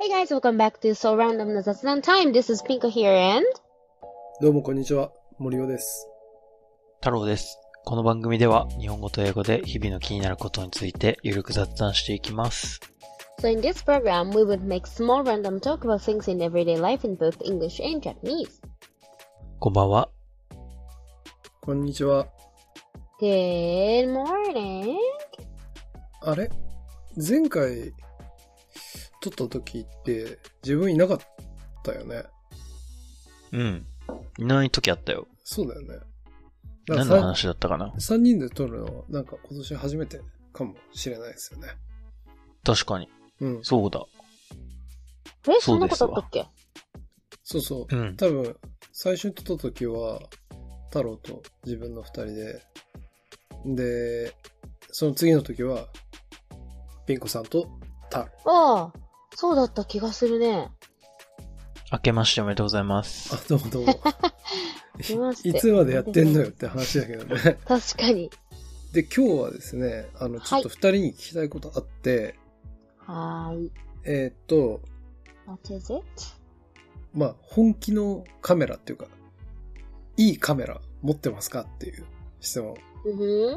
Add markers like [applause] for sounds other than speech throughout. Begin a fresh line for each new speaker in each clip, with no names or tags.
Hey guys, welcome back to So Random の雑談 Time. This is Pinko here and
どうもこんにちは、森尾です。
太郎です。この番組では日本語と英語で日々の気になることについてゆるく雑談していきます。
So in this program, we would make small random talk about things in everyday life in both English and Japanese.
こんばんは。
こんにちは。
Good morning.
あれ前回、撮った時って、自分いなかったよね。
うん。いない時あったよ。
そうだよね。だ
何
か
の
ら
話だったかな
3, 人で撮るのは、なんか今年初めてかもしれないですよね。
確かに。
うん。
そうだ。
え、そ
そ
ん
う
な
で
こ
す
とあ
わ
ったっけ
そうそう。
うん。
多分、最初に撮った時は、太郎と自分の2人で、で、その次の時は、ピン子さんと太郎。
ああ、そうだった気がするね。
明けましておめでとうございます。
あ、どうもどう
[laughs]
も。
来まして
いつまでやってんのよって話だけどね。
確
[laughs]
かに。
で、今日はですね、あの、ちょっと二人に聞きたいことあって、
はーい。
えーっと、
What is it?
まあ、本気のカメラっていうか、いいカメラ持ってますかっていう質
う
問。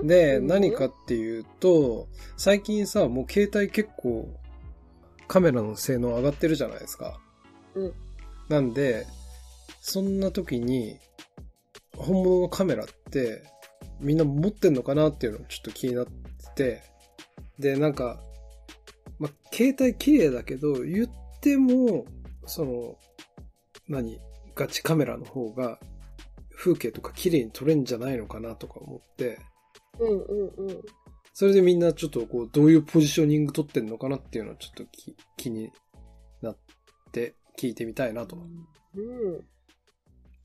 ん
で、
うん
何かっていうと、最近さ、もう携帯結構カメラの性能上がってるじゃないですか。
うん
なんで、そんな時に、本物のカメラってみんな持ってんのかなっていうのがちょっと気になってて、で、なんか、ま、携帯綺麗だけど、言っても、その、何ガチカメラの方が風景とか綺麗に撮れんじゃないのかなとか思って、
うんうんうん。
それでみんなちょっとこう、どういうポジショニング取ってんのかなっていうのをちょっとき気になって聞いてみたいなと。
うん。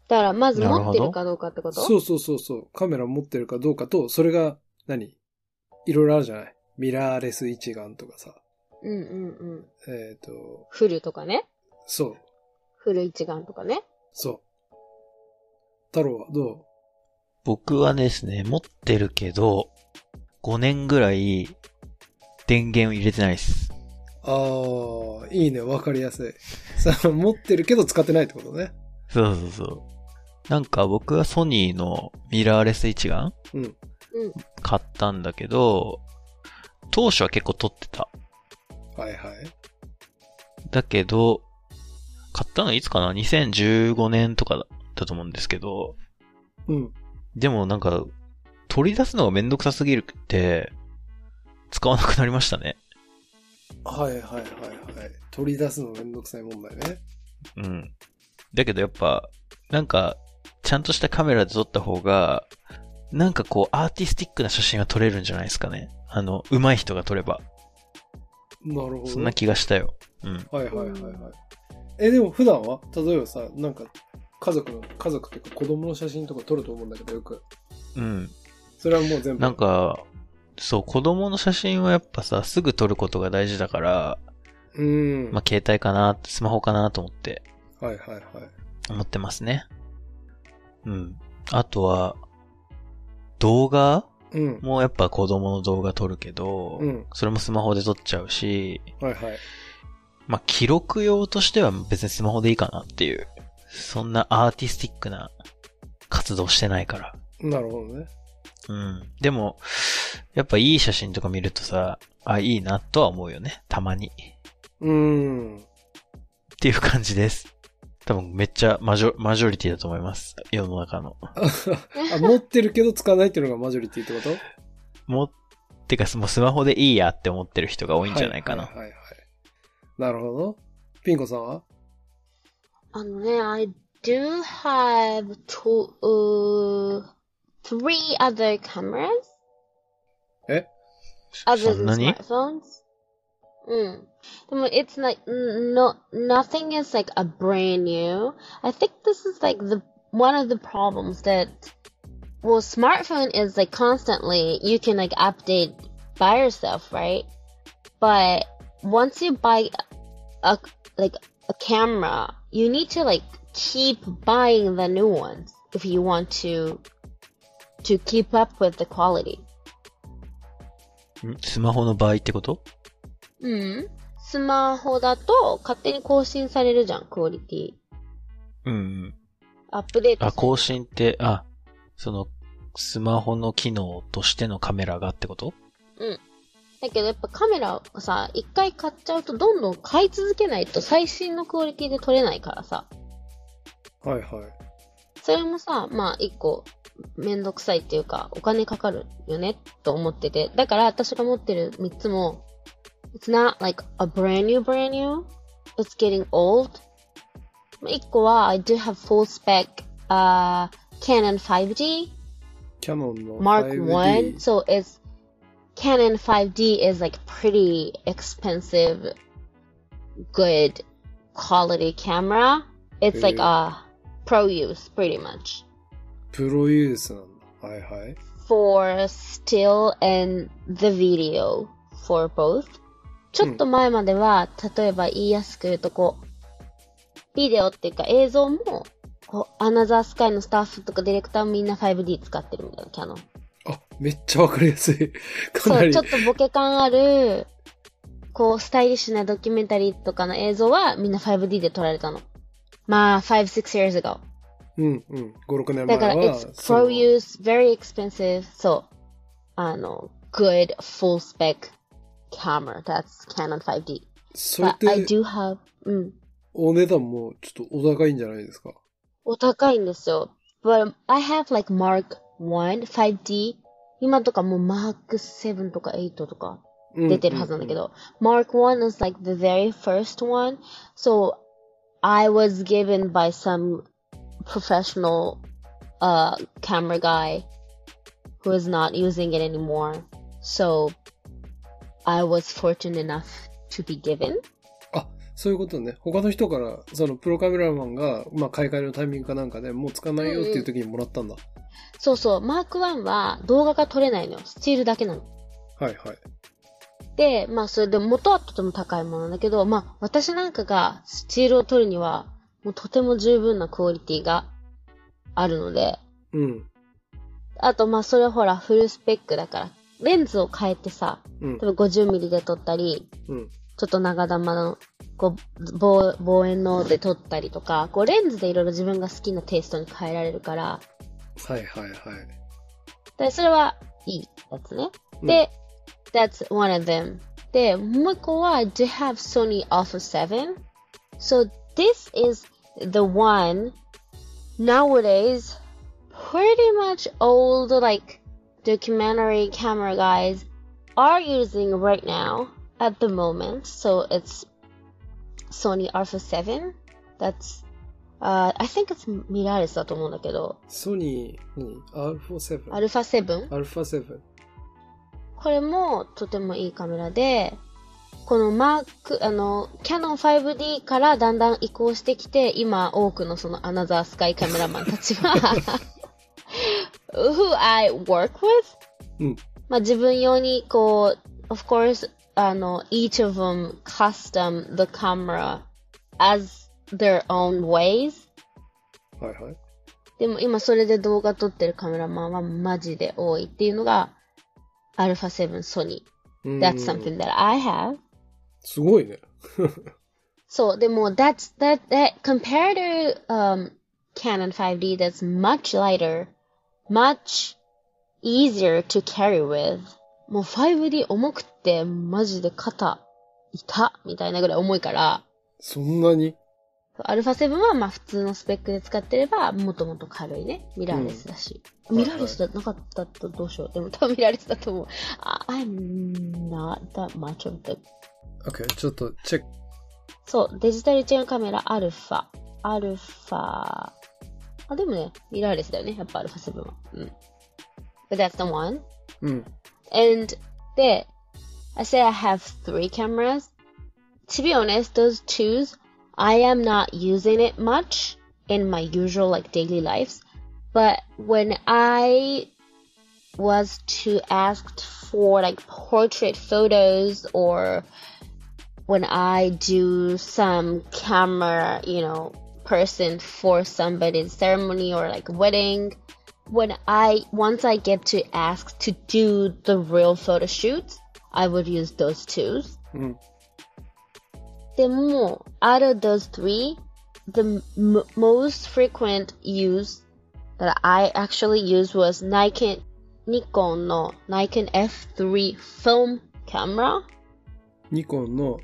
だから、まず
なる
持っ
ほど
てるかどうかってこと
そうそうそうそう。カメラ持ってるかどうかと、それが何、いろいろあるじゃないミラーレス一眼とかさ。
うんうんうん。
えっ、と、
フルとかね。
そう、
フル一眼とかね。
そう。太郎はど
僕はですね、持ってるけど、5年ぐらい電源を入れてないです。
うああ、いいね、わかりやすい。さ持ってるけど使ってないってことね。
そうそうそう。なんか僕はソニーのミラーレス一眼
うん。
うん。
買ったんだけど、当初は結構撮ってた。
はいはい。
だけど、買ったのいつかな ?2015 年とかだったと思うんですけど、
うん。
でもなんか、取り出すのがめんどくさすぎるって、使わなくなりましたね。
はいはいはいはい。取り出すのめんどくさい問題ね。
うん。だけどやっぱ、なんか、ちゃんとしたカメラで撮った方が、なんかこう、アーティスティックな写真が撮れるんじゃないですかね。あの、上手い人が撮れば。
なるほどね。
そんな気がしたよ。うん。
はいはいはいはい。え、でも普段は例えばさ、なんか、家族の、家族っていうか子供の写真とか撮ると思うんだけど、よく。
うん。
それはもう全部。
なん、か、そう、子供の写真はやっぱさ、すぐ撮ることが大事だから、
うん。
まあ、携帯かな、スマホかなと思って、
はいはいはい。
思ってますね。うん。あとは、動画
うん。
もやっぱ子供の動画撮るけど、
うん。
それもスマホで撮っちゃうし、
はいはい。
まあ、記録用としては別にスマホでいいかなっていう。そんなアーティスティックな活動してないから。
なるほどね。
うん。でも、やっぱいい写真とか見るとさ、あ、いいなとは思うよね。たまに。っ
うん。
ていう感じです。多分めっちゃマジョマジョリティだと思います。世の中の。
あ、持ってるけど使わないっていうのがマジョリティってこと
もう、てか、もうスマホでいいやって思ってる人が多いんじゃないかな。
はいはいはいはい。なるほど。ピン子さんは
あのね、I Um, do have two, uh, three other cameras
え
other
そん
than
なに
smartphones. うん。でも it's like, n- no, nothing is like a brand new. I think this is like the, one of the problems that, well, smartphone is like constantly, you can like update by yourself, right? But once you buy a, like a camera, you need to like keep buying the new ones if you want to to keep up with the quality.
んスマホの場合ってこと
うん。スマホだと勝手に更新されるじゃん、クオリティ。
うんうん。
アップデートされ
あ、
る
更新って、あ、その、スマホの機能としてのカメラがってこと
だけどやっぱカメラをさ、一回買っちゃうとどんどん買い続けないと最新のクオリティで撮れないからさ。
はいはい。
それもさ、まあ一個めんどくさいっていうかお金かかるよねと思ってて。だから私が持ってる3つも、It's not like a brand new brand new. It's getting old. まあ一個は I do have full spec、uh, Canon 5G.
キャノンの
Mark
5D
One. So it's Canon 5D is like pretty expensive, good quality camera. It's like
Mm.
a pro use pretty much
プロユースなんだ。はいはい。
for still and the video for both. ちょっと前までは、例えば言いやすく言うとこう、ビデオっていうか映像も、こう、アナザースカイのスタッフとかディレクターもみんな 5D 使ってるみたいな、キャノン。
あ、めっちゃわかりやすい。かな
そう、
り
ちょ。っとボケ感ある、こう、スタイリッシュなドキュメンタリーとかの映像はみんな 5D で撮られたの。まあ、5、6 years ago.
うんうん。5、6年前
だから、
は
it's。
そ
pro
の
use, very expensive, そう。あの、good, full spec camera. That's Canon 5D.
それっ
But I
て、
do have, うん。
お値段もちょっとお高いんじゃないですか。
お高いんですよ。But I have like Mark 1, 5D. 今とかもう Mark 7とか8とか
うん
出てるはずなんだけ。ど、Mark 1 is like the very first one. So I was given by some professional uh, camera guy who is not using it anymore. So I was fortunate enough to be given.
そういうことね。他の人から、そのプロカメラマンが、まあ、買い替えのタイミングかなんかでもう使わないよっていう時にもらったんだ。
そうそう、Mark 1は動画が撮れないのよ。スチールだけなの。
はいはい。
で、まあそれで元はとても高いものだけど、まあ私なんかがスチールを撮るには、もうとても十分なクオリティがあるので、
うん。
あと、まあ、それはほら、フルスペックだから、レンズを変えてさ、
うん
例。えば 50mm で撮ったり、
うん。
ちょっと長玉の、こう、望望遠ので撮ったりとか、こう、レンズでいろいろ自分が好きなテイストに変えられるから、
はいはいはい。
で、それはいいやつね。
うん
で、that's one of them. で、もう一個は、do have Sony Alpha 7. So this is the one nowadays pretty much all the like documentary camera guys are using right now at the moment. So it's Sony Alpha 7. That's uh, I think it's Miraris だと思うんだけど、
ソニー、何 ?R47。
アルファ7。
アルファ7。
これもとてもいいカメラで、このマーク、あの、キャノン 5D からだんだん移行してきて、今多くのそのアナザースカイカメラマンたちが、who I work with?
うん。
まあ自分用にこう、of course, あの、each of them custom the camera as their own ways.
はいはい。
でも今それで動画撮ってるカメラマンはマジで多いっていうのが、アルファ7ソニー。
うん
That's something that I have.
すごいね。
So, でも、that's, that, that, compared to, um, Canon 5D, that's much lighter, much easier to carry with. もう 5D 重くって、マジで肩、痛みたいなぐらい重いから、
そんなに
α7 はまあ普通のスペックで使ってれば、もともと軽いね。ミラーレスだし。
うん
ミラーレスだなかったとどうしよう。でも多分ミラーレスだと思う。I- I'm not that much of the
OK、ちょっとチェック。
そう、デジタルチェーンカメラアルファ。アルファ。あ、でもね、ミラーレスだよね。やっぱアルファ7は。うん。But that's the one.
うん。
And, で、I say I have three cameras. To be honest, those twos, I am not using it much in my usual like daily lives. But when I was to ask for like portrait photos or when I do some camera, you know, person for somebody's ceremony or like wedding, when I once I get to ask to do the real photo shoots, I would use those two.
うん。
でも、out of those three, the m- most frequent use that I actually used was Nikon, Nikon の Nikon F3 film camera.
ニコンの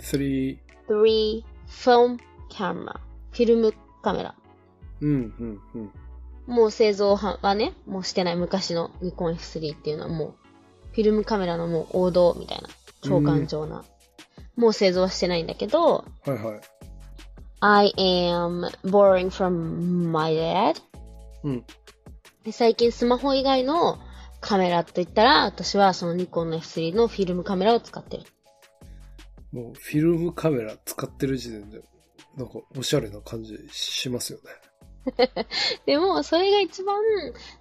F3、
3 film camera. フィルムカメラ。
うん、うん、うん。
もう製造はね、もうしてない昔のニコン F3 っていうのはもう、フィルムカメラのもう王道みたいな、超頑丈な。もう製造はしてないんだけど、
はいはい。
I am borrowing from my dad.
うん。
で最近スマホ以外のカメラといったら、私はそのニコンの F3 のフィルムカメラを使ってる。
もうフィルムカメラ使ってる時点で、なんかおしゃれな感じしますよね。
でも、それが一番、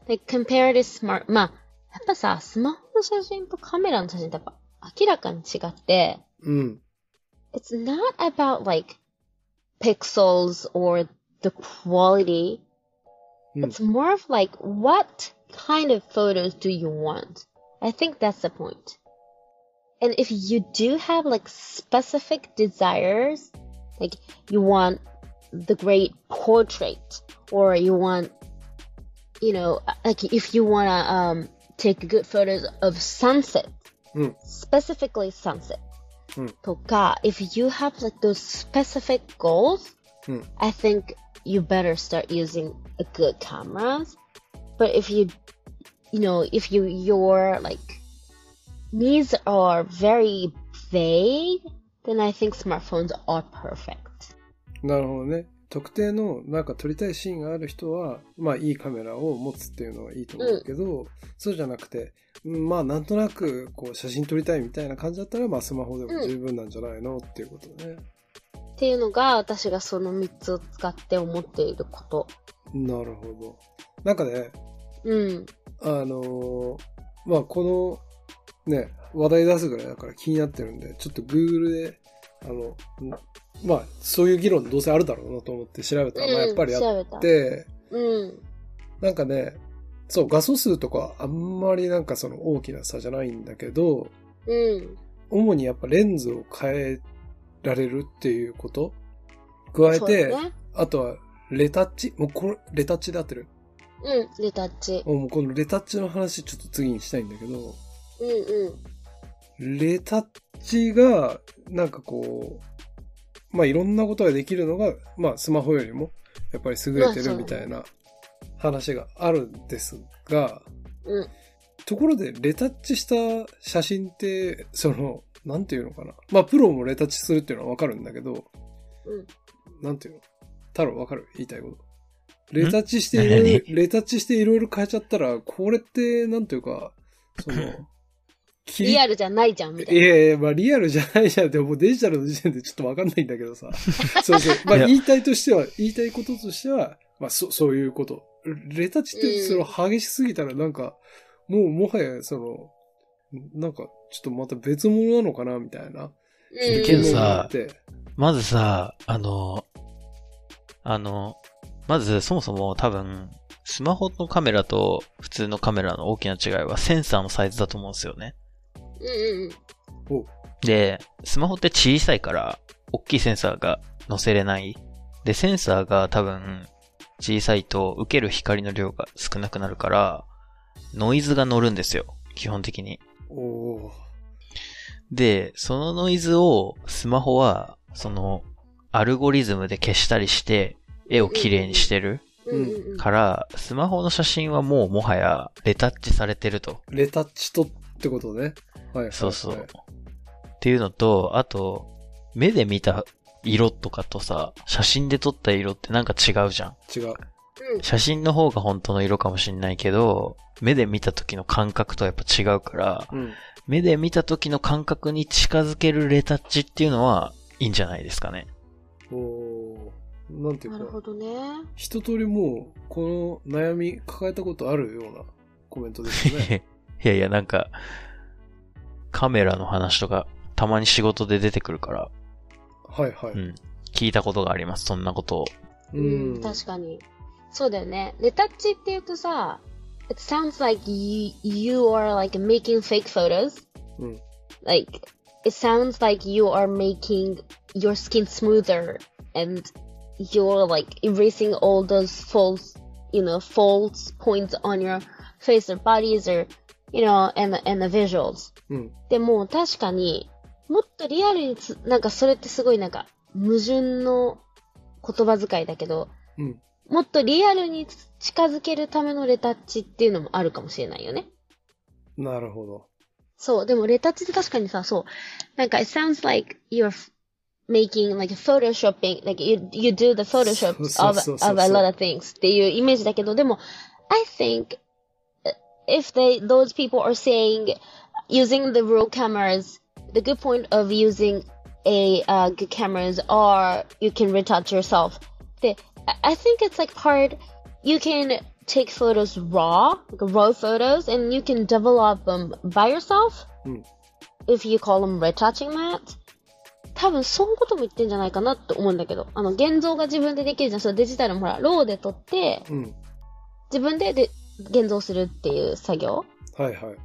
like, comparative smart. まあ、やっぱさ、スマホの写真とカメラの写真ってやっぱ明らかに違って、
うん。
it's not about like pixels or the quality.
うん。
It's more of like what kind of photos do you want? I think that's the point. And if you do have like specific desires, like you want the great portrait or you want you know like if you want to um take good photos of sunset
うん。
specifically sunset
うん。
とか if you have like those specific goals
うん。
I think you better start using a good cameras. But if you, you know, if you your like needs are very vague, then I think smartphones are perfect.
なるほどね。特定のなんか撮りたいシーンがある人は、まあいいカメラを持つっていうのはいいと思うけど、そうじゃなくて、うんまあなんとなくこう写真撮りたいみたいな感じだったら、まあスマホでも十分なんじゃないのっていうことね。
っていうのが私がその3つを使って思っていること。
なるほど。なんかね、
うん。
あのーまあこのね、話題出すぐらいだから気になってるんで、ちょっと Google で、あの、まあそういう議論どうせあるだろうなと思って調べたら、まあやっぱりあっ
うん、調べた。
て、
うん。
なんかね、そう、画素数とかはあんまりなんかその大きな差じゃないんだけど、
うん。
主にやっぱレンズを変えられるっていうこと加え
そう
て、
だね。
あとはレタッチもうこれ、レタッチで合ってる
うん。レタッチ。
もうこのレタッチの話ちょっと次にしたいんだけど、
うんう
レタッチが、なんかこう、まあいろんなことができるのが、まあスマホよりも、やっぱり優れてるみたいな話があるんですが、
ん。うん。
ところで、レタッチした写真って、その、なんていうのかな。まあ、プロもレタッチするっていうのはわかるんだけど、
うん
なんていうの太郎わかる言いたいこと。レタッチしていろいろ、レタッチしていろいろ変えちゃったら、これって、なんていうか、その、切
リアルじゃないじゃん、みたい
い
な。
やいや、まあリアルじゃないじゃん。でももうデジタルの時点でちょっとわかんないんだけ
[laughs]
どさ。そうそう。まあ
いや
言いたいとしては、言いたいこととしては、まあそそういうこと。レタッチってその激しすぎたらなんか、もうもはやその、なんかちょっとまた別物なのかなみたいな。
うん。
けどさ
って。
まずさ、あの、あの、まずそもそも多分、スマホのカメラと普通のカメラの大きな違いはセンサーのサイズだと思うんですよね。
うんうん
で、スマホって小さいから、大きいセンサーが載せれない。で、センサーが多分、小さいと受ける光の量が少なくなるから、ノイズが乗るんですよ。基本的に。
おー
で、そのノイズをスマホは、その、アルゴリズムで消したりして、絵を綺麗にしてる
うん。うんうんうん。
から、スマホの写真はもうもはやレタッチされてると。
レタッチとってことね。はいはい、はい。
そうそう。っていうのと、あと、目で見た色とかとさ、写真で撮った色ってなんか違うじゃん。
違う。
うん。
写真の方が本当の色かもしんないけど、目で見た時の感覚とはやっぱ違うから、
うん。
目で見た時の感覚に近づけるレタッチっていうのはいいんじゃないですかね。
おーなんていう
な
か。
るほどね。
一通りもう、この悩み抱えたことあるようなコメントですよね。
[laughs] いやいや、なんか、カメラの話とか、たまに仕事で出てくるから、
はいはい。
うん聞いたことがあります、そんなことを。
うん、確かに。そうだよね。レタッチって言うとさ、it sounds like you, you are like making fake photos.
うん
Like, it sounds like you are making your skin smoother and you're like erasing all those false, you know, false points on your face or bodies or, you know, and, and the visuals.
うん。
でも確かに、もっとリアルにつ、なんかそれってすごいなんか矛盾の言葉遣いだけど、
うん。
もっとリアルにつ近づけるためのレタッチっていうのもあるかもしれないよね。
なるほど。
そう、でもレタッチって確かにさ、そう、なんか it sounds like you're f- making like photoshopping, like you, you do the photoshop
そうそう
of,
そう
of
そう
a lot of things っていうイメージだけど、でも I think if they, those people are saying using the raw cameras, the good point of using a uh, good cameras are you can retouch yourself. The, I- I think it's like part you can take photos raw, like raw photos, and you can develop them by yourself.
Mm.
If you call them retouching that. 多分そういうことも言ってんじゃないかなって思うんだけど、あの、現像が自分でできるじゃん。そうデジタルもほら、ローで撮って、
うん。
自分でで現像するっていう作業。
はいはい。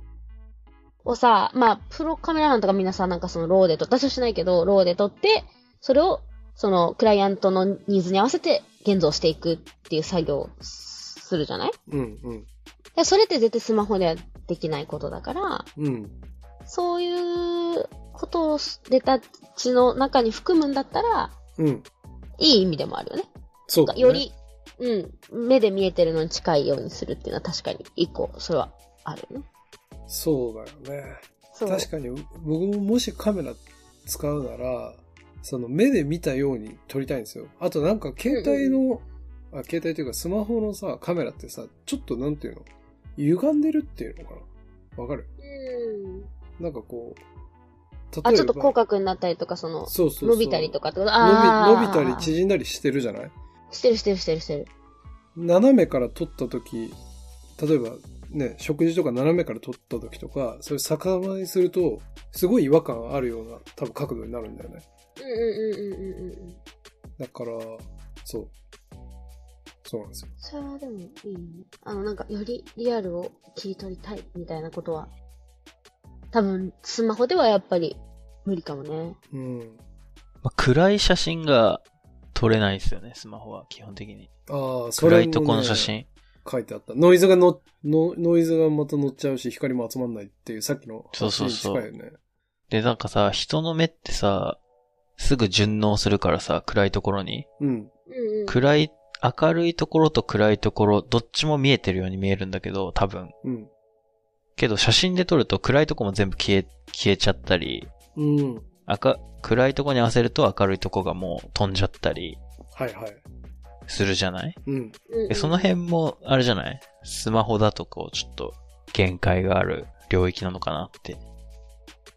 をさ、まあ、プロカメラマンとかみんなさ、なんかそのローで撮私はしないけど、ローで撮って、それを、その、クライアントのニーズに合わせて現像していくっていう作業をするじゃない
うんうん。
でそれって絶対スマホではできないことだから、
うん。
そういうことをレタッチの中に含むんだったら、
うん。
いい意味でもあるよね。
そうだ、ね。
より、うん、目で見えてるのに近いようにするっていうのは確かに一個、それはあるよね。
そうだよね。
そう。
確かに、僕ももしカメラ使うなら、その目で見たように撮りたいんですよ。あとなんか携帯の、あ、携帯というかスマホのさ、カメラってさ、ちょっとなんていうの歪んでるっていうのかなわかる
うん。
なんかこう、例えば
あ、ちょっと口角になったりとか、その、
そうそうそう
伸びたりとかってこと
伸び、
ー
伸びたり縮んだりしてるじゃない
してるしてるしてるしてる。
斜めから撮った時例えばね食事とか斜めから撮った時とかそれ逆さまにするとすごい違和感あるような多分角度になるんだよね
うんうんうんうんうんうん。
だからそうそうなんですよ
それはでもいいね。あの、なんか、よりリアルを切り取りたいみたいなことは、多分、スマホではやっぱり無理かもね。
うん
まあ暗い写真が撮れないですよね、スマホは基本的に。
ああそれも、
暗
ね、
いとこの写真。
書いてあったノイズがののノイズがまた乗っちゃうし光も集まんないっていうさっきの
そうそうそう
話に近いよね
で、なんかさ、人の目ってさ、すぐ順応するからさ、暗いところに。
うん
うんうん。
暗い、明るいところと暗いところ、どっちも見えてるように見えるんだけど、多分。
うん
けど写真で撮ると暗いとこも全部消え、消えちゃったり、
うん
赤、暗いとこに合わせると明るいとこがもう飛んじゃったり
はいはい
するじゃない
うん
うんうん
でその辺も、あれじゃないスマホだとこう、ちょっと限界がある領域なのかなって。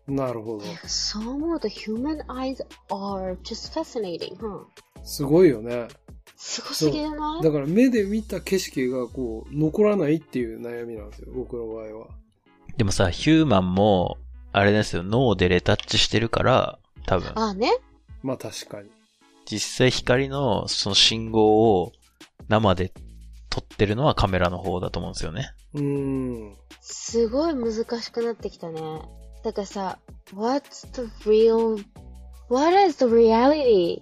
なるほど
そう思うと、human eyes are just fascinating, huh?
すごいよね
すごすぎじゃない
だから目で見た景色がこう残らないっていう悩みなんですよ、僕の場合は。
でもさ、ヒューマンも、あれですよ、脳でレタッチしてるから、多分、
あ、ね。
まあ確かに。
実際光のその信号を生で撮ってるのはカメラの方だと思うんですよね。
[laughs]
うーん。
すごい難しくなってきたね。だからさ、what's the real, what is the reality?
い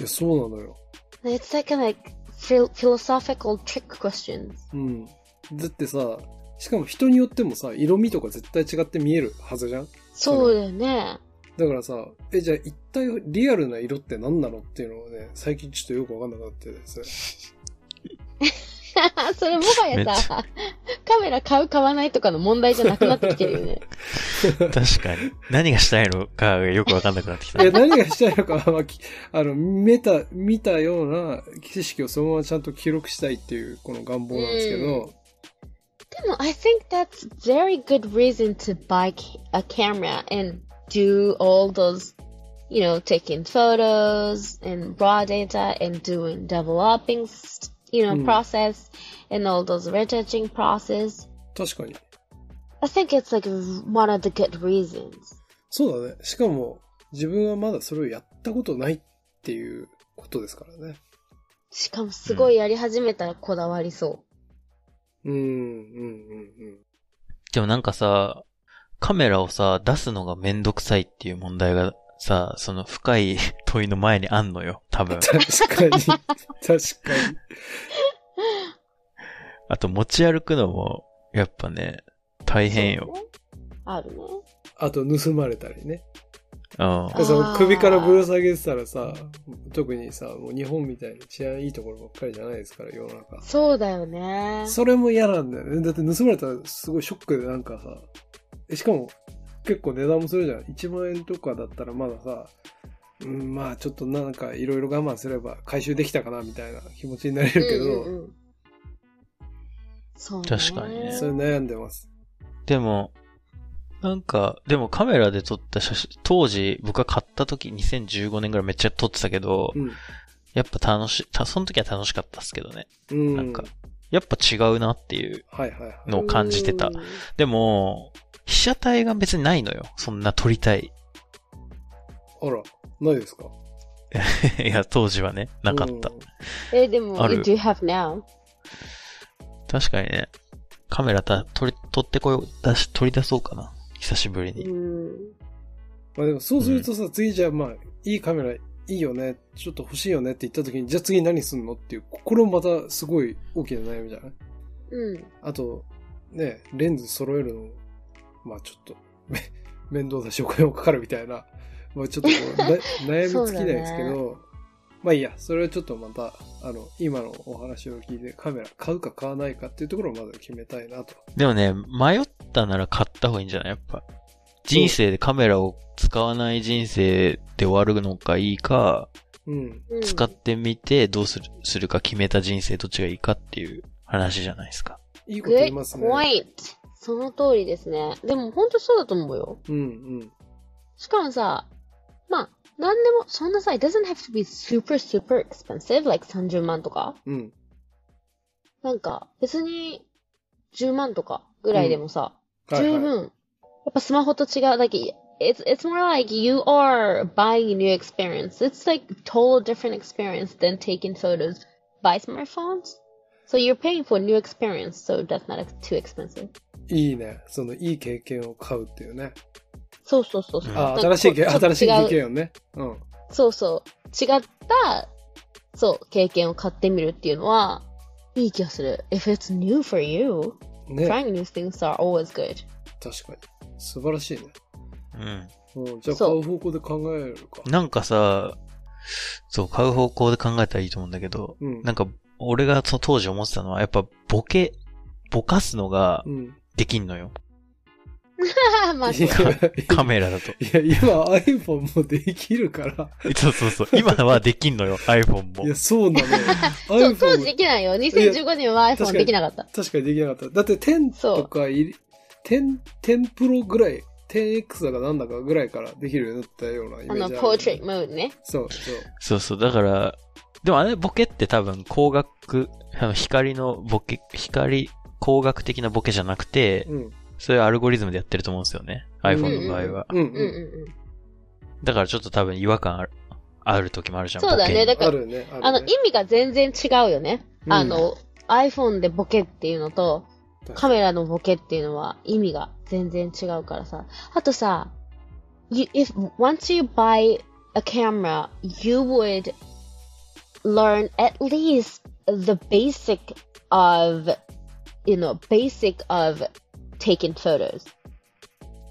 や、そうなのよ。
It's like a like phil- philosophical trick questions.
うん。だってさ、しかも人によってもさ、色味とか絶対違って見えるはずじゃん
そうだよね。
だからさ、え、じゃあ一体リアルな色って何なのっていうのをね、最近ちょっとよくわかんなくなってですね。
[laughs] それもはや
めっち
さ、カメラ買う買わないとかの問題じゃなくなってきてるよ [laughs] ね。
確かに。何がしたいのかがよくわかんなくなってきた
い。や、何がしたいのかは、まあき [laughs] あの、見た、見たような景色をそのままちゃんと記録したいっていう、この願望なんですけど、
でも、I think that's very good reason to buy ca- a camera and do all those, you know, taking photos and raw data and doing developing, s- you know,
Mm.
process and all those retouching process.
確かに。
I think it's like one of the good reasons.
そうだね。しかも、自分はまだそれをやったことないっていうことですからね。
しかもすごいやり始めたらこだわりそ
うん、うん、うん、
でもなんかさ、カメラをさ、出すのがめんどくさいっていう問題がさ、その深い問いの前にあんのよ、
[laughs]
多
[laughs]
分。
確かに。確かに。
あと持ち歩くのも、やっぱね、大変よ。
そうね。あるね。
あと、盗まれたりね。
うん。
あー
その首からぶら下げてたらさ、特にさ、もう日本みたいに治安いいところばっかりじゃないですから、世の中。
そうだよね。
それも嫌なんだよね。だって盗まれたらすごいショックでなんかさ、えしかも結構値段もするじゃん。1万円とかだったらまださ、うん、まあちょっとなんかいろいろ我慢すれば回収できたかなみたいな気持ちになれるけど、
うんうんうんそうね。
確かにね
それ悩んでます。
でも、なんか、でもカメラで撮った写真、当時僕が買った時2015年ぐらいめっちゃ撮ってたけど、
うん。
やっぱ楽し、いその時は楽しかったっすけどね。
うん。
なんか、やっぱ違うなっていう
はいはいはい。
のを感じてた
うん。
でも、被写体が別にないのよ。そんな撮りたい。 [laughs]
あら、ないですか
いや、当時はね、なかった。
うん
え、でも、
ある
do you have now?
確かにね、カメラた取り、取ってこよう、出し、取り出そうかな。久しぶり
う
に。
ん。
まあでもそうするとさ、次じゃあまあ、いいカメラいいよね、ちょっと欲しいよねって言った時に、じゃあ次何すんのっていう、これもまたすごい大きな悩みじゃない
うん。
あと、ね、レンズ揃えるの、まあちょっと、 [laughs] め面倒だしお金もかかるみたいな、まあちょっとこうな
[laughs]
悩み尽きないですけ
そうだ
ど、まあいいや、それはちょっとまた、あの、今のお話を聞いてカメラ買うか買わないかっていうところをまず決めたいなと。
でもね、迷ったなら買った方がいいんじゃないやっぱ。人生でカメラを使わない人生で終わるのがいいか、
うん。
うん
使ってみてどうするするか決めた人生どっちがいいかっていう話じゃないですか。
いいこと言い
Good
ますね。
point. その通りですね。でも本当そうだと思うよ。
うんうん。
しかもさ、まあ、なんでも、そんなさ、it doesn't have to be super super expensive, like 30万とか。
うん。
なんか、別に10万とかぐらいでもさ、
はい
十
はい
分、やっぱスマホと違う、like, it's, it's more like you are buying a new experience. It's like total different experience than taking photos by smartphones. So you're paying for a new experience, so that's not too expensive.
いいね。その、いい経験を買うっていうね。
そうそうそうそう。
うん
な
あ
ん、か
新しいけ、
ちょっと違う
新しい経験をね。うん。
そうそう。違った、そう、経験を買ってみるっていうのは、いい気がする。If it's new for you,
ね。
trying new things are always good. [laughs]
確かに。素晴らしいね。
うん。
うん。じゃあ、買
そう
う方向で考えるか。
なんかさ、そう、買う方向で考えたらいいと思うんだけど、
うん。
なんか、俺がその当時思ってたのは、やっぱボケ、ぼかすのが
うん。
できんのよ。
まあ、
いや
カメラ
[laughs]
だと。
いや、今 iPhone もできるから。
そうそうそう。今はできんのよ、iPhone も
いや、。そうなのよ。
そう、当時で
iPhone
きないよ。2015年は
確か
iPhone
に
できなかった。
確かにできなかった。だって10
そう
とかいり、10、10 Pro ぐらい、10X だかなんだかぐらいからできるようになったようなイメ
あ
ージ
の、
る
portrait mode ね。
そう、そう。
そうそう。だから、でもあれボケって多分光学、あの光のボケ、光、光学的なボケじゃなくて、
うん。
そういうアルゴリズムでやってると思うんですよね。iPhone の場合は。
うん
うん
う
うん
ん。
うん。
だからちょっと多分違和感ある、ある時もあるじゃん。
そうだね
ボケに
だか
あるね。
あの、
るね
意味が全然違うよね。
うん
あの、iPhone でボケっていうのと、カメラのボケっていうのは意味が全然違うからさ。あとさ、you, if, once you buy a camera, you would learn at least the basic of, you know, basic of taking photos.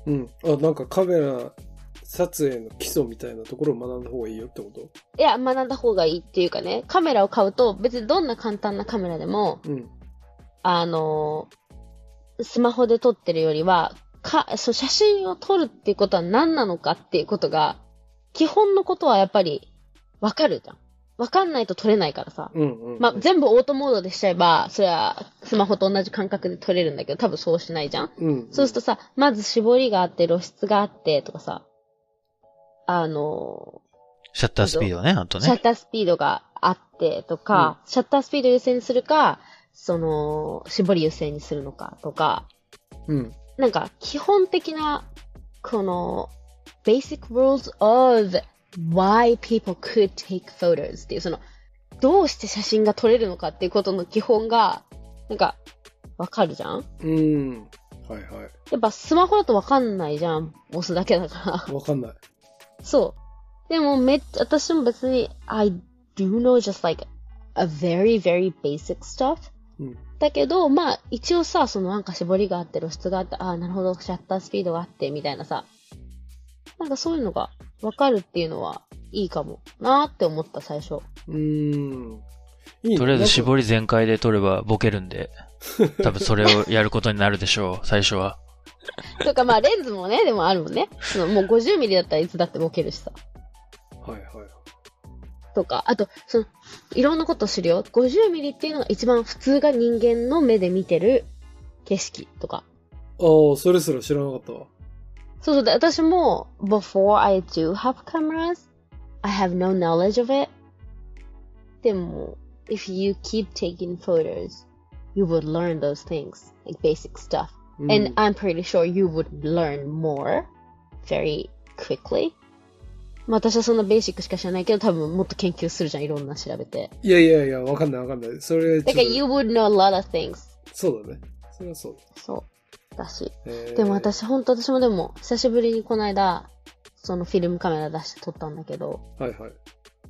うん。あ、なんかカメラ撮影の基礎みたいなところを学んだ方がいいよってこと
いや、学んだ方がいいっていうかね、カメラを買うと別にどんな簡単なカメラでも、
うん。
あのースマホで撮ってるよりは、か、そう、写真を撮るっていうことは何なのかっていうことが、基本のことはやっぱり、わかるじゃん。わかんないと撮れないからさ。
うんうん。
まあ、全部オートモードでしちゃえば、それは、スマホと同じ感覚で撮れるんだけど、多分そうしないじゃん。
うん。
そうするとさ、まず絞りがあって、露出があって、とかさ、あのー
シャッタースピードね、あと
シャッ
ね。
タースピードがあってとか、シャッタースピード優先にするか、その、絞り優先にするのかとか、
うん。
なんか基本的な、この、basic rules of why people could take photos っていう、その、どうして写真が撮れるのかっていうことの基本が、なんか、わかるじゃん
うん。はいは
やっぱスマホだとわかんないじゃん。押すだけだから。
い。わかんない。
そう。でもめっちゃ、私も別に、I do know just like a very, very basic stuff.
うん
だけど、まあ、一応さ、そのなんか絞りがあって露出があって、ああ、なるほど、シャッタースピードがあって、みたいなさ。なんかそういうのがわかるっていうのはいいかもなーって思った最初。
うーん。いいね
とりあ
な
えず
んか
絞り全開で取ればボケるん
[laughs]
で、多分それをやることになるでしょう、最初は。
とかまあレンズもね、でもあるもんね。そのもう50ミリだったらいつだってボケるしさ。
はいはい。
とか、あと、その、いろんなこと知るよ。50ミリっていうのが一番普通が人間の目で見てる景色とか。
ああ、それすら知らなかったわ。
そうそう、で私も、before I do have cameras, I have no knowledge of it. でも、if you keep taking photos, you would learn those things, like basic stuff.
うん
And I'm pretty sure you would learn more very quickly. まあ私はそんなベーシックしか知らないけど、多分もっと研究するじゃん、いろんな調べて。
いやいやいや、わかんないわかんない。それ、
だ
ち
から
ょ
you
っ
would know a lot of things.
と、そうだね。それはそうだ。
そう。だし。
えー
でも、私、ほんと私もでも、久しぶりにこの間、そのフィルムカメラ出して撮ったんだけど、
はいはい。
やっ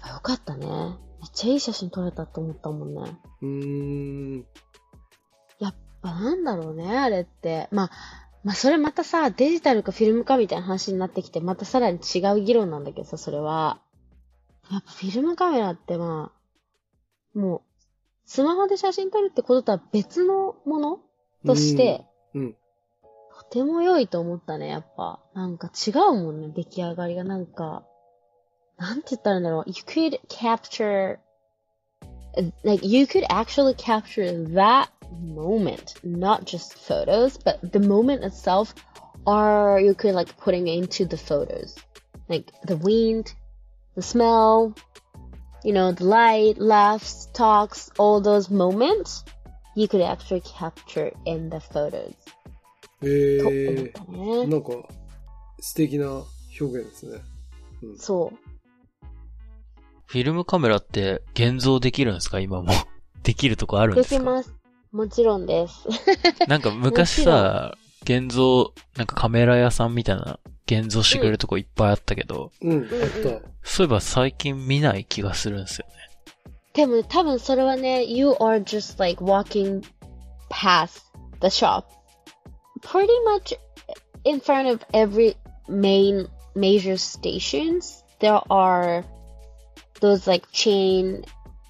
ぱよかったね。めっちゃいい写真撮れたと思ったもんね。
うーん。
やっぱなんだろうね、あれって。まあ、まあそれまたさ、デジタルかフィルムかみたいな話になってきて、またさらに違う議論なんだけどさ、それは。やっぱフィルムカメラってまあ、もう、スマホで写真撮るってこととは別のものとして、
うんうん
とても良いと思ったね、やっぱ。なんか違うもんね、出来上がりが。なんか、なんて言ったらいいんだろう。You could capture, like, you could actually capture that moment. Not just photos, but the moment itself, or you could, like, putting into the photos. Like, the wind, the smell, you know, the light, laughs, talks, all those moments. You could actually capture in the photos.
え
と思っ
ー
た、ね。
なんか、素敵な表現ですね。
そう。
フィルムカメラって現像できるんですか今も。 [laughs] できるとこあるんで
ですき
か
ます。もちろん [laughs] です。
なんか昔さ、現像、なんかカメラ屋さんみたいな現像してくれるとこいっぱいあったけど、
う
う
ん、あっ
ん
そういえば最近見ない気がするんですよね。
でも多分それはね、you are just like walking past the shop. Pretty much in front of every main major stations, there are those like chain、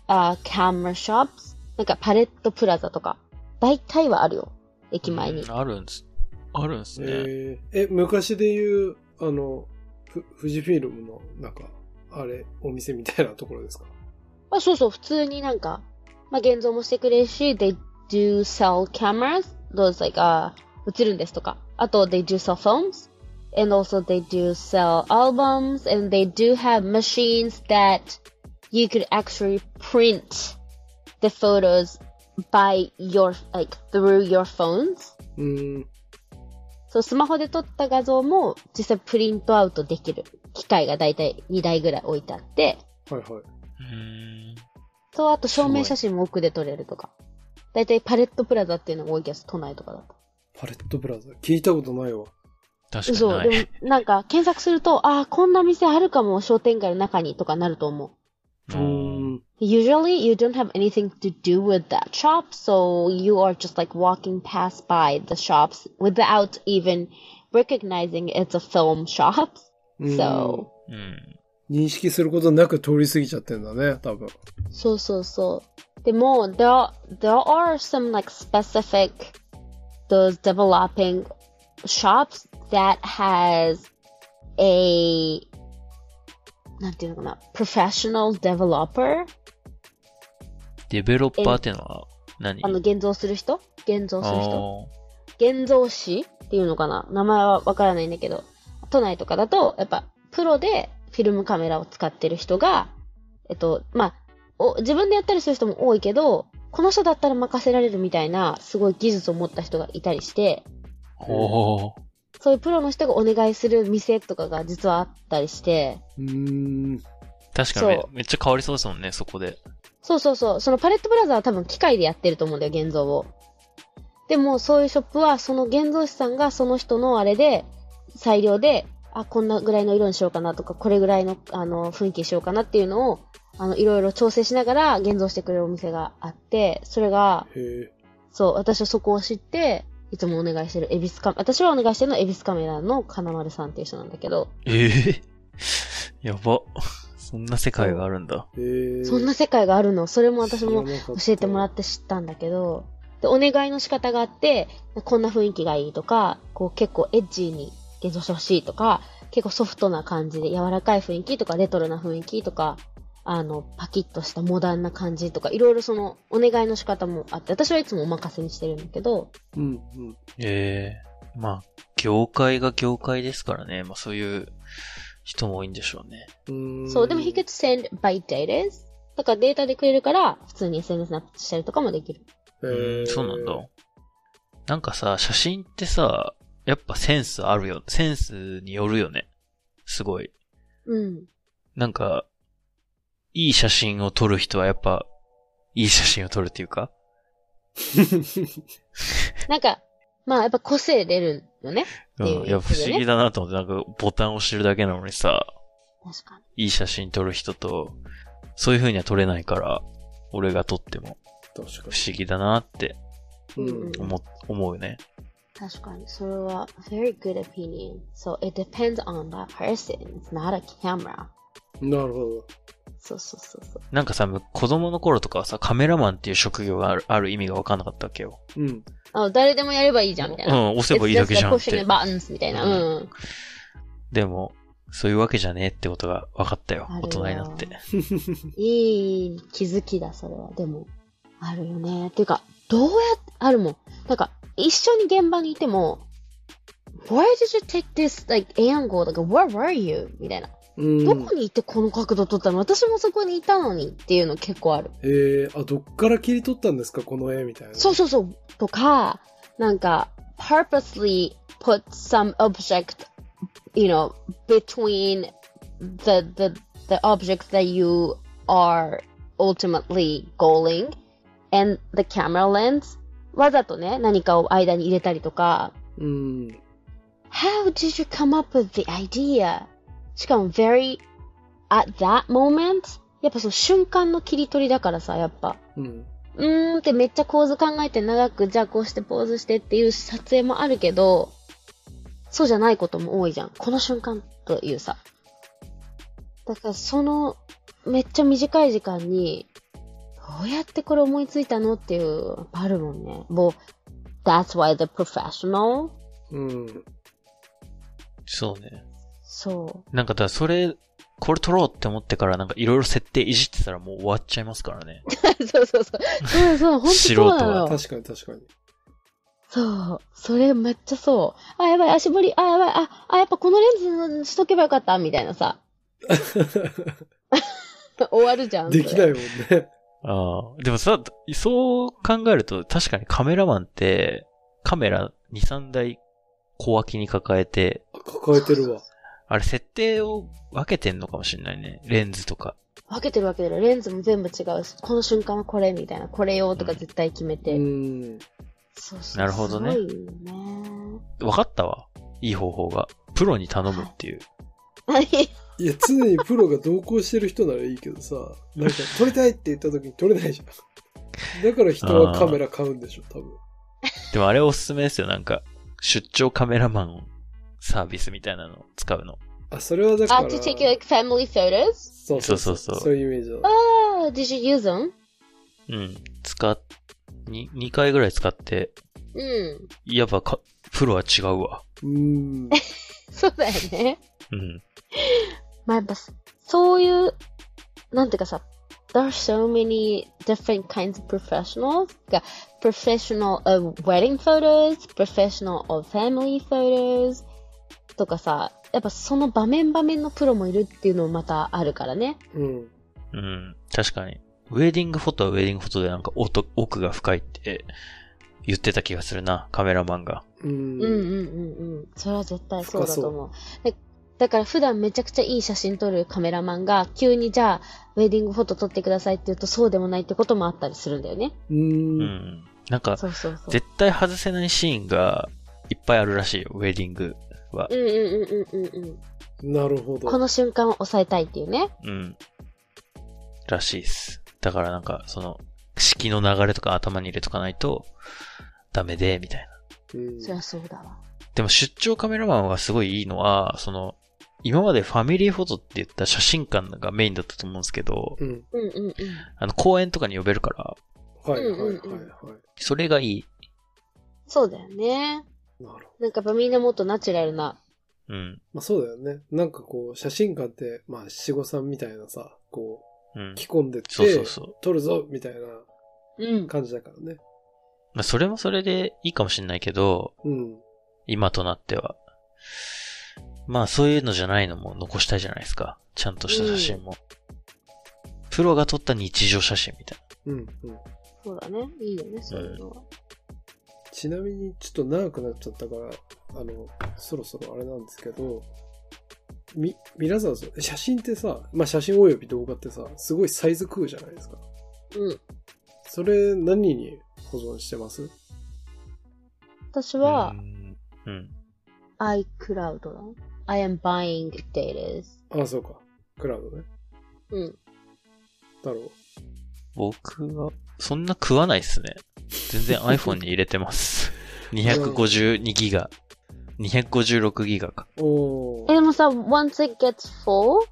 uh, camera shops. なんかパレットプラザとか。大体はあるよ。駅前に
う。んあるんです。あるんです
た。
ね。
えー、え、昔で言う、あの、ふ富士フィルムの、なんか、あれ、お店みたいなところですか
あ、そうそう、普通になんか、まあ、現像もしてくれるし、they do sell cameras, those like, uh, 映るんですとか。あと、they do sell films, and also they do sell albums, and they do have machines that you could actually print the photos by your, like, through your phones.
うーん。
そう、スマホで撮った画像も実際プリントアウトできる機械がだいたい2台ぐらい置いてあって、
はいはい。
うん
そう、あと証明写真も奥で撮れるとか。だいたいパレットプラザっていうのが多いけど、都内とかだと。
パレットプラザ。聞いたことないわ。
確かに
そう、
ない。
でもなんか検索すると、ああ、こんな店あるかも、商店街の中にとかなると思う。
う
う
ー
ん
ん。
Usually, you don't have anything to do with that shop, so you are just like walking past by the shops without even recognizing it's a film shop.
うん
So,
うん
認識することなく通り過ぎちゃってんだね、多分。
そうそうそう。でも、there, there are some like specific those developing shops that has a なんていうのかな professional developer
デベロッパーってのは何
あの現像する人現像する人
あ
現像師っていうのかな名前はわからないんだけど、都内とかだと、やっぱ、プロでフィルムカメラを使ってる人が、えっと、まあ、お自分でやったりする人も多いけど、この人だったら任せられるみたいな、すごい技術を持った人がいたりして、
ーおー
そういうプロの人がお願いする店とかが実はあったりして、
うーん。
確かにめ
そう
めっちゃ変わりそうですもんね、そこで。
そうそうそう。そのパレットブラザーは多分機械でやってると思うんだよ、現像を。でも、そういうショップは、その現像師さんがその人のあれで、裁量で、あ、こんなぐらいの色にしようかなとか、これぐらいの、あの、雰囲気にしようかなっていうのを、あの、いろいろ調整しながら現像してくれるお店があって、それが、
へえ。
そう、私はそこを知って、いつもお願いしてる、エビスカ、私はお願いしてるのはエビスカメラの金丸さんっていう人なんだけど、
ええ [laughs] やば。そんな世界があるんだ。
へえ。
そんな世界があるの、それも私も
教
教えてもらって知ったんだけど、で、お願いの仕方があって、こんな雰囲気がいいとか、こう結構エッジーに現像してほしいとか、結構ソフトな感じで柔らかい雰囲気とか、レトロな雰囲気とか、あの、パキッとしたモダンな感じとか、いろいろその、お願いの仕方もあって、私はいつもお任せにしてるんだけど、
うんうん。
ええまあ、業界が業界ですからね。まあそういう人も多いんでしょうね。
うーん
そう、でも he could send by data です。だからデータでくれるから、普通に SNS にアップしたりとかもできる。
へ
う
ー
ん、そう
[laughs]
なんだ。なんかさ、写真ってさ、やっぱセンスあるよ。センスによるよね。すごい。
うん。
なんか、いい写真を撮る人はやっぱ、いい写真を撮るっていうか。
なんか、まあやっぱ個性出るよね。
う。
っていうん
いや、
やつ
不
でね
思議だなと思って、なんかボタン押してるだけなのにさ、
確かに。
いい写真撮る人と、そういう風には撮れないから、俺が撮っても
確か
不思議だなって
に。
うん
うん
思、思うね。
確かに。それは、very good opinion. So it depends on that person. It's not a camera.
なるほ
そうそうそうそう。
なんかさ、む子供の頃とかはさ、カメラマンっていう職業がある、ある意味がわかんなかったわけよ。
ど。うん。
あ、誰でもやればいいじゃん、みたいうな。
ん、押せばいいだけじゃんっ
It's just like pushing
て
the。buttons みたいな。
うん
うん。
でも、そういうわけじゃねえってことが分かったよ
ある。よ
大人になって。
いい気づきだ、それは。でも、あるよね。ていうか、どうやって、あるもん。なんか、一緒に現場にいても、Where did you take this, like, angle? Like, where were you? みたいな。
うん。
どこに行ってこの角度撮ったの私もそこにいたのにっていうの結構ある。
えー、あ、どっから切り取ったんですか、この絵みたいな。
そうそうそう。とか、なんか、purposely put some object, you know, between the, the, the objects that you are ultimately goaling and the camera lens. わざとね、何かを間に入れたりとか。
うん。
How did you come up with the idea? しかも very, at that moment? やっぱその瞬間の切り取りだからさ、やっぱ。
うん。
うーんってめっちゃ構図考えて長く、じゃあこうしてポーズしてっていう撮影もあるけど、そうじゃないことも多いじゃん。この瞬間というさ。だからその、めっちゃ短い時間に、どうやってこれ思いついたのっていう、やっぱあるもんね。もう、that's why the professional?
うん。
そうね。
そう。
なんかだ、それ、これ撮ろうって思ってから、なんかいろいろ設定いじってたらもう終わっちゃいますか
[laughs]
らね。
そうそうそう。そうそう、ほんとそうなの。
確かに確かに。
そう。それめっちゃそう。あ、やばい、足りあ、やばい、あ、あ、やっぱこのレンズにしとけばよかった、みたいなさ。 [laughs] 終わるじゃん。
[laughs] できない
い。
もん
[laughs]
ね。
ああ。でもさ、そう考えると、確かにカメラマンって、カメラ2、3台小脇に抱えて、
抱えてるわ。
あれ設定を分けてんのかもしれないね。レンズとか。
分けてるわけだよ。レンズも全部違うし、この瞬間はこれ、みたいな。これ用とか絶対決めて。
うん。
そうそう。
なるほどね
すごいよね。
分かったわ。いい方法が。プロに頼むっていう。
いや、常にプロが同行してる人ならいいけどさ、なんか、撮りたいって言った時に撮れないじゃん。だから人はカメラ買うんでしょ、多分。
でもあれおすすめですよ。なんか、出張カメラマンサービスみたいなのを使うの。
あ、それはだか
Ah, [laughs]
ら。
to take like family photos?
そうそう
そ
そううそう。
そそうう
そういうイメージだ。
Ah, did you use them?
うん。使っ、に、2回ぐらい使って、
うん。
やっぱか、プロは違うわ。
うーん。
そうだよね。
うん。
まあ、やっぱ、そういう、なんていうかさ、there are so many different kinds of professionals. が professional of wedding photos, professional of family photos とかさ、やっぱその場面場面のプロもいるっていうのもまたあるからね。
うん。
うん。確かに。ウェディングフォトはウェディングフォトでなんか音、奥が深いって言ってた気がするな。カメラマンが。
う。
うんんうんうんうん。それは絶対そうだと思う。でだから普段めちゃくちゃいい写真撮るカメラマンが急にじゃあウェディングフォト撮ってくださいって言うとそうでもないってこともあったりするんだよね。
う。
うんん。なんか、
そうそうそう。
絶対外せないシーンがいっぱいあるらしいよ。ウェディングは
う。んうんうんうんうんうん。
なるほど。
この瞬間を抑えたいっていうね。
うん。らしいです。だからなんか、その、式の流れとか頭に入れとかないと、ダメで、みたいな。
うん
そりゃそうだわ。
でも出張カメラマンはすごいいいのは、その、今までファミリーフォトって言った写真館がメインだったと思うんですけど、
うん。
うんうんうん。
あの、公園とかに呼べるから、
はいはいはいはい。
うんうん
それがいい。
そうだよね。
なるほど。
なんかやっぱみんなもっとナチュラルな。
うん。
まあそうだよね。なんかこう、写真館って、まあ七五三みたいなさ、こ
うん
う、。着込んでって、
そうそうそう。
撮るぞみたいな
うん。
感じだからね。
まあ、それもそれでいいかもしれないけど、
うん。
今となっては。まあ、そういうのじゃないのも残したいじゃないですか。ちゃんとした写真も。プロが撮った日常写真みたい
うん。うん。
そうだね。いいよね、そういうのは。
ちなみに、ちょっと長くなっちゃったから、あの、そろそろあれなんですけど、み、皆さんそう、写真ってさ、まあ写真および動画ってさ、すごいサイズ食うじゃないですか。
うん。
それ何に保存してます
私
な。
は
う、んうん。
iCloud だ。I am buying data.
ああ、そうか。クラウドね。
うん。
だろう。
僕は、そんな食わないっすね。全然 iPhone に入れて [laughs] ます。252ギガ。256ギガか。
お
え、
ー。
でもさ、once it gets full,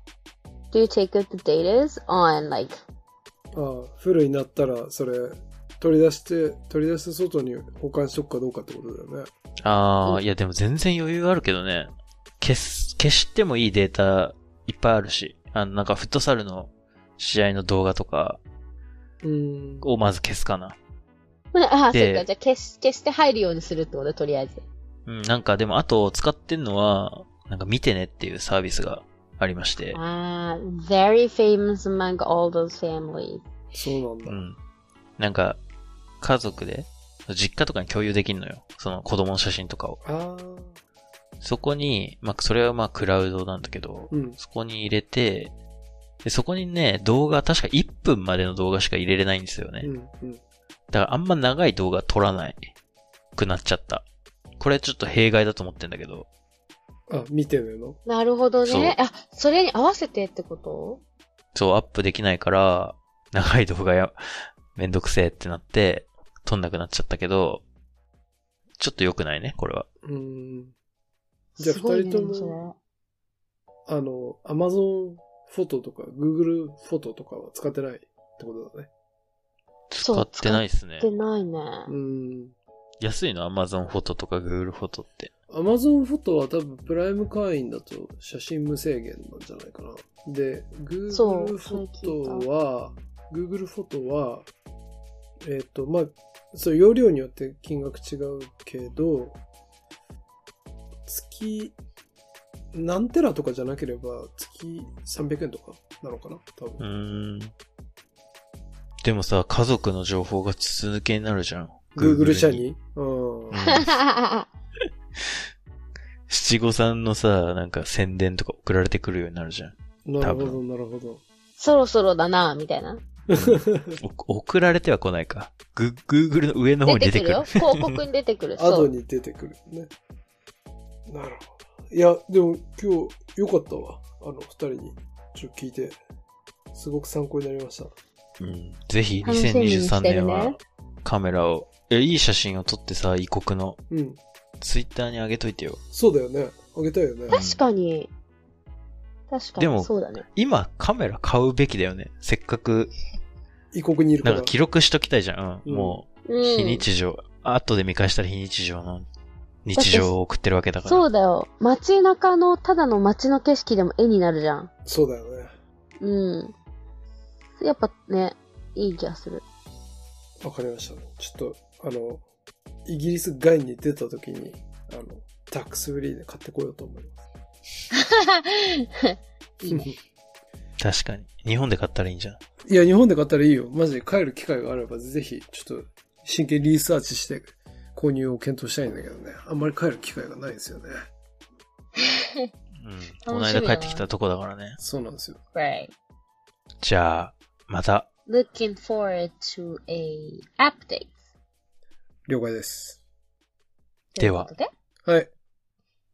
do you take out the data on like,
ああ、フルになったら、それ、取り出して、取り出して外に保管しとくかどうかってことだよね。
あ
う
ー、
ん
いやでも全然余裕あるけどね。消す、消してもいいデータいっぱいあるし。あの、なんかフットサルの試合の動画とか
うーん。
をまず消すかな。
あ、そ
で
うか、じゃあ消し、消して入るようにするってこととりあえず。
うん、なんかでもあと使ってんのは、なんか見てねっていうサービスがありまして。
あー、very famous among all those families.
そう
う
なんだ。
ん。なんか、家族で、実家とかに共有できるのよ。その子供の写真とかを。
ああ。
そこに、まあ、それはまあ、クラウドなんだけど、
うん。
そこに入れて、で、そこにね、動画、確か1分までの動画しか入れれないんですよね
う。ん。うん。
だからあんま長い動画撮らないくなっちゃった。これちょっと弊害だと思ってんだけど、
あ、見てるの
なるほどね。あ、それに合わせてってこと
そう、アップできないから、長い動画や、めんどくせえってなって、撮んなくなっちゃったけど、ちょっと良くないね、これは。
うーん。じゃあ
すごいね
二人とも
それ
あの、Amazon フォトとか Google フォトとかは使ってないってことだね。
そう
使ってないですね
っ。てないね。 [laughs]
うーん。
安いの Amazon フォトとか Google フォトって。
Amazon フォトは多分プライム会員だと写真無制限なんじゃないかな。で、
そうそ
Google フ
れ
ォ
聞い
トは、Google フォトは、えっ、と、まあ、そう、容量によって金額違うけど、月、何テラとかじゃなければ月300円とかなのかな多
う
分。
ーん。でもさ、家族の情報が筒抜けになるじゃん。
Google 社
に
に。うん
うん。 [laughs] 七五三のさ、なんか宣伝とか送られてくるようになるじゃん。
なるほ
多
ど、なるほど。
そろそろだな、みたいな。
[laughs]
お送られては来ないか。グ、Google の上の方に
出
出
て
て
く
く
る
る。
よ。広告に出てくる。そ
[laughs] 後
う。
に出てくるね。なるほど。いや、でも今日よかったわ。あの、二人にちょっと聞いて、すごく参考になりました。
うん、ぜひ、
楽しみにして
2023
るね
年はカメラを、え、いい写真を撮ってさ、異国の
うん。
ツイッターに上げといてよ。
そうだよね。あげたいよね。
確かに。確か
でも
に、そうだね。
今、カメラ買うべきだよね。せっかく、
異国にいるか
なん
ら。
か記録しときたいじゃん。うん、
うん
も
う
う、
ん。
非日常、後で見返したら非日常の日常を送ってるわけだから。
そうだよ。街中の、ただの街の景色でも絵になるじゃん。
そうだよね。
うん。やっぱね、いい気がす
[laughs]
る。
わかりました。ちょっと、あの、イギリス外に出た時に、あの、タックスフリーで買ってこようと思います。
いいね。
確かに。日本で買ったらいいんじゃん。
いや、日本で買ったらいいよ。マジで帰る機会があれば、ぜひ、ちょっと、真剣にリサーチして、購入を検討したいんだけどね。あんまり帰る機会がないですよね。
うん。
だ
こ
な
の間帰ってきたとこだからね。
そうなんですよ。
right.
じゃあ、また。
Looking forward to a update.
了解です。
ということで
はい。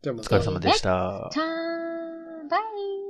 じゃあま
お
た
疲れ様でした。
time. Bye.